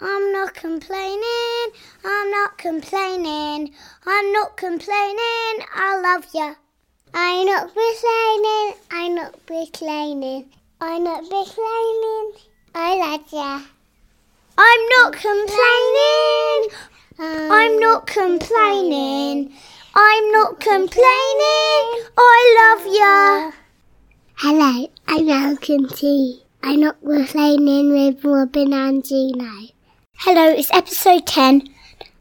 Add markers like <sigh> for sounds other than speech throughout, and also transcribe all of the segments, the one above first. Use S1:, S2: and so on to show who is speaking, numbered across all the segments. S1: I'm not complaining. I'm not complaining. I'm not complaining. I love you. I'm not complaining. I'm not complaining. I'm not complaining. I love you. I'm not complaining. I'm not complaining. I'm not complaining. I love you. Hello, I'm Malcolm T. I'm not complaining with Robin and Gino. Hello, it's episode 10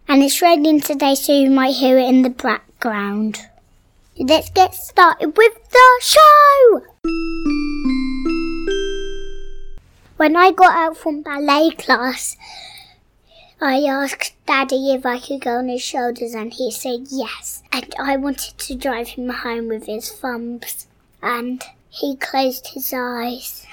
S1: and it's raining today so you might hear it in the background. Let's get started with the show! When I got out from ballet class, I asked Daddy if I could go on his shoulders and he said yes. And I wanted to drive him home with his thumbs. And he closed his eyes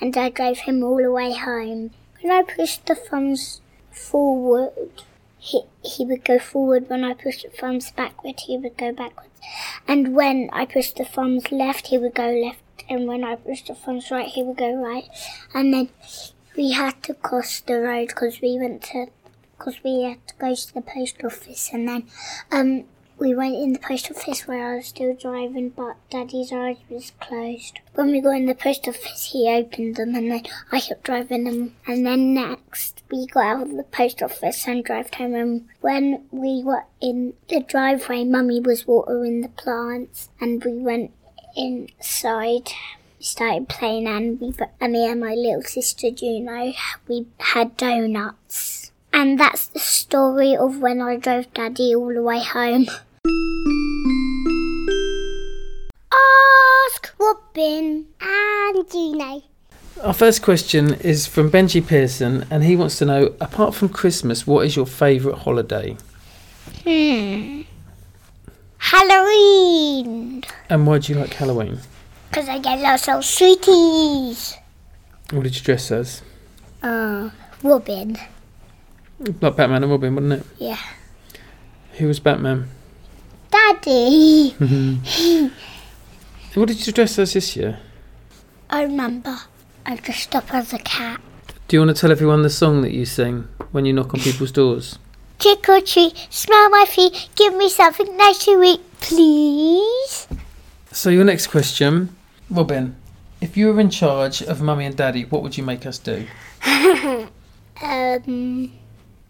S1: and I drove him all the way home. When I pushed the thumbs forward, he, he would go forward. When I pushed the thumbs backward, he would go backwards. And when I pushed the thumbs left, he would go left. And when I pushed the thumbs right, he would go right. And then we had to cross the road because we went to because we had to go to the post office and then um we went in the post office where I was still driving but daddy's eyes was closed. When we got in the post office he opened them and then I kept driving them and then next we got out of the post office and drove home and when we were in the driveway mummy was watering the plants and we went inside we started playing and we and me and my little sister Juno we had donuts. And that's the story of when I drove Daddy all the way home. Ask Robin and Juno.
S2: Our first question is from Benji Pearson, and he wants to know apart from Christmas, what is your favourite holiday
S1: Hmm. Halloween.
S2: and why do you like Halloween?
S1: Because I get lots of sweeties.
S2: What did you dress as?
S1: Uh, Robin.
S2: Like Batman and Robin, wasn't it?
S1: Yeah.
S2: Who was Batman?
S1: Daddy.
S2: What did you dress as this year?
S1: I remember. I dressed up as a cat.
S2: Do you want to tell everyone the song that you sing when you knock on people's doors?
S1: Trick or treat, smell my feet, give me something nice to eat, please.
S2: So, your next question Robin, if you were in charge of mummy and daddy, what would you make us do?
S1: Um,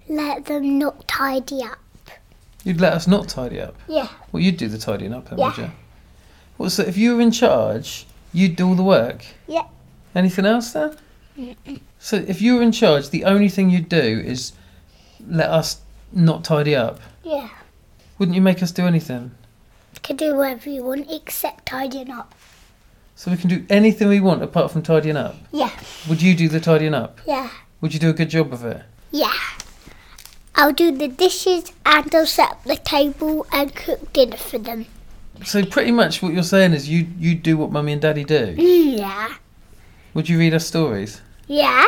S1: let them not tidy up.
S2: You'd let us not tidy up.
S1: Yeah.
S2: Well, you'd do the tidying up then, would
S1: Yeah.
S2: you? Well, so if you were in charge, you'd do all the work?
S1: Yeah.
S2: Anything else there? So if you were in charge, the only thing you'd do is let us not tidy up.
S1: Yeah.
S2: Wouldn't you make us do anything?
S1: Can do whatever you want except tidying up.
S2: So we can do anything we want apart from tidying up.
S1: Yeah.
S2: Would you do the tidying up?
S1: Yeah.
S2: Would you do a good job of it?
S1: Yeah. I'll do the dishes and I'll set up the table and cook dinner for them.
S2: So pretty much what you're saying is you you do what mummy and daddy do.
S1: Yeah.
S2: Would you read us stories?
S1: Yeah.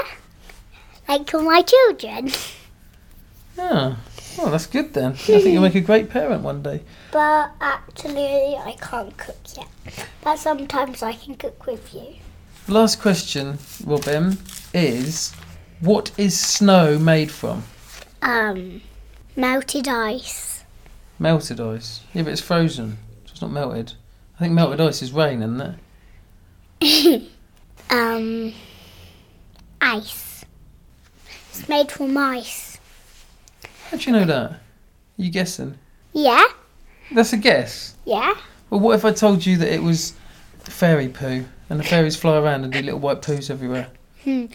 S1: Like all my children.
S2: Ah, well that's good then. I think you'll make a great parent one day.
S1: But actually, I can't cook yet. But sometimes I can cook with you.
S2: Last question, Robin, is what is snow made from?
S1: Um, melted ice. <laughs>
S2: Melted ice. Yeah, but it's frozen, so it's not melted. I think melted ice is rain, isn't it?
S1: Um, ice. It's made from ice.
S2: How do you know that? Are you guessing?
S1: Yeah,
S2: That's a guess.
S1: yeah.
S2: Well, what if I told you that it was fairy poo and the fairies fly around and do little white poos everywhere?
S1: Hmm.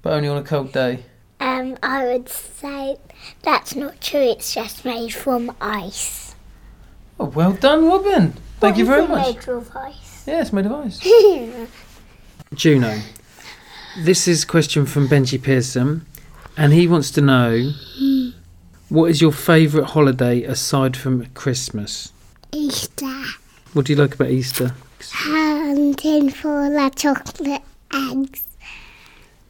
S2: But only on a cold day.
S1: Um, I would say that's not true. It's just made from ice.
S2: Oh, well done, Robin. Thank you
S1: What
S2: very
S1: is it
S2: much.
S1: Made of ice.
S2: Yeah, it's made of ice. Juno, this is a question from Benji Pearson, and he wants to know what is your favourite holiday aside from Christmas?
S1: <laughs> Easter.
S2: What do you like about Easter?
S1: Hunting for the chocolate eggs.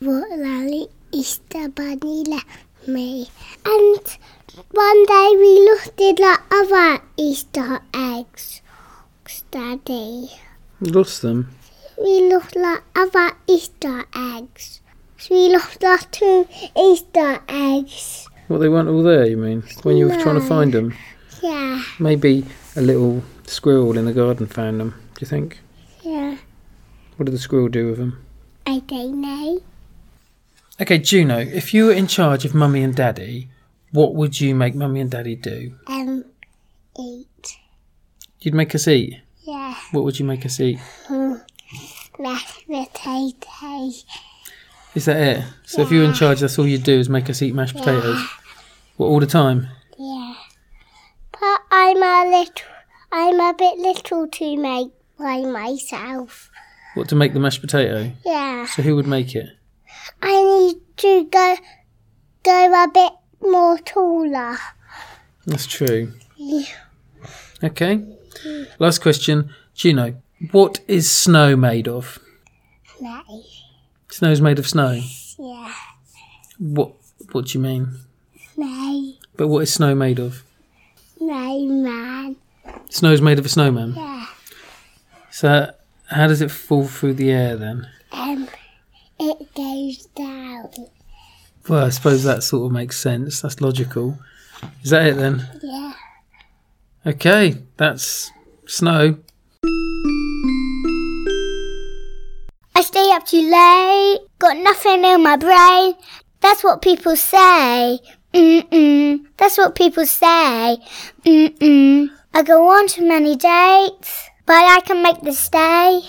S1: What the Easter bunny left me. And one day we looked at the other Easter eggs. Daddy.
S2: Lost them.
S1: We looked at other Easter eggs. we lost our two Easter eggs.
S2: Well, they weren't all there, you mean? When you were trying to
S1: No.
S2: find them?
S1: Yeah,
S2: Maybe a little squirrel in the garden found them, do you think?
S1: yeah.
S2: What did the squirrel do with them?
S1: I don't know.
S2: Okay, Juno, if you were in charge of mummy and daddy, what would you make mummy and daddy do?
S1: Um, eat.
S2: You'd make us eat.
S1: Yeah, <laughs>
S2: What would you make us eat?
S1: mashed potatoes.
S2: Is that it? So if you were in charge, that's all you'd do is make us eat mashed potatoes. What, all the time?
S1: Yeah. But I'm a little, I'm a bit little to make by myself.
S2: What to make the mashed potato?
S1: Yeah.
S2: So who would make it?
S1: I need to go, go a bit more taller.
S2: That's true.
S1: Yeah.
S2: Okay. Last question. Juno, what is snow made of?
S1: Nice.
S2: Snow's made of snow.
S1: Yeah.
S2: What what do you mean?
S1: Nice.
S2: But what is snow made of?
S1: Nice man.
S2: Snow's made of a snowman.
S1: Yeah.
S2: So how does it fall through the air then?
S1: Um, it goes down.
S2: Well, I suppose that sort of makes sense. That's logical. Is that it then?
S1: Yeah.
S2: Okay, that's snow.
S1: I stay up too late, got nothing in my brain. That's what people say. Mm-mm. That's what people say. Mm-mm. I go on to many dates, but I can make this day.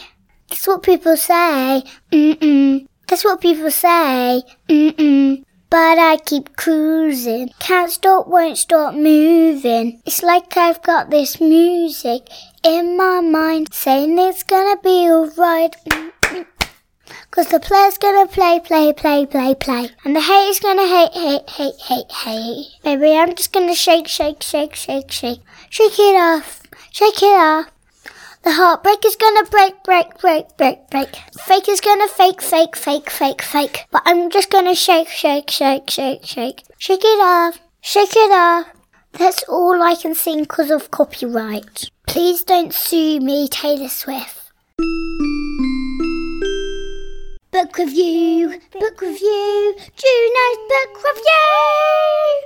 S1: That's what people say. Mm-mm. That's what people say. Mm-mm. But I keep cruising. Can't stop, won't stop moving. It's like I've got this music in my mind saying it's gonna be alright. Cause the player's gonna play, play, play, play, play. And the hater's gonna hate, hate, hate, hate, hate. Maybe I'm just gonna shake, shake, shake, shake, shake. Shake it off. Shake it off. The heartbreak is gonna break, break, break, break, break. Fake is gonna fake, fake, fake, fake, fake. But I'm just gonna shake, shake, shake, shake, shake. Shake it off. Shake it off. That's all I can sing because of copyright. Please don't sue me, Taylor Swift. Book review, book review, Juno's book review.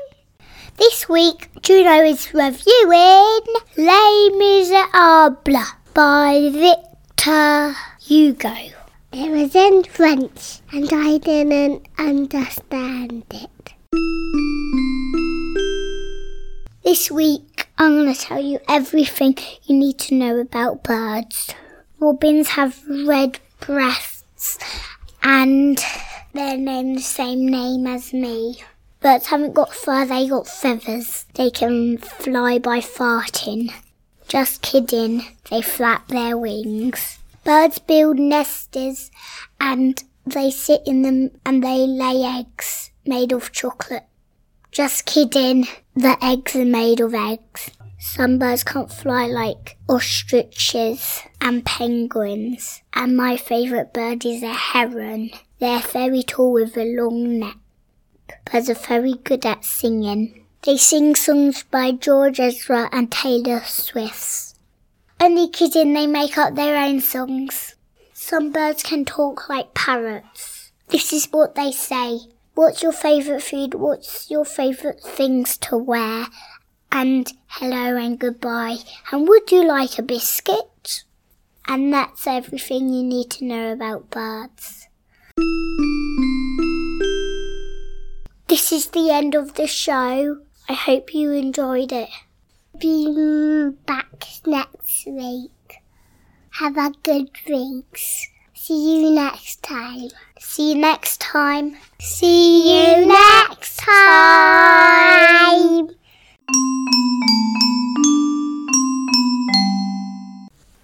S1: This week, Juno is reviewing Les Miserables by Victor Hugo. It was in French and I didn't understand it. This week, I'm going to tell you everything you need to know about birds. Robins have red breasts and they're named the same name as me. Birds haven't got fur, they got feathers. They can fly by farting. Just kidding, they flap their wings. Birds build nesters and they sit in them and they lay eggs made of chocolate. Just kidding, the eggs are made of eggs. Some birds can't fly like ostriches and penguins. And my favourite bird is a heron. They're very tall with a long neck. Birds are very good at singing. They sing songs by George Ezra and Taylor Swift. Only kidding, they make up their own songs. Some birds can talk like parrots. This is what they say. What's your favourite food? What's your favourite things to wear? and hello and goodbye. And would you like a biscuit? And that's everything you need to know about birds. This is the end of the show. I hope you enjoyed it. Be back next week. Have a good weeks. See you next time. See you next time. See you next time.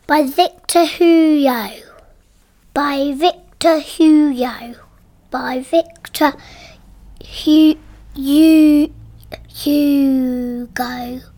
S1: by Victor Hugo. By Victor Hugo. By Victor Hu- Hu- Hugo.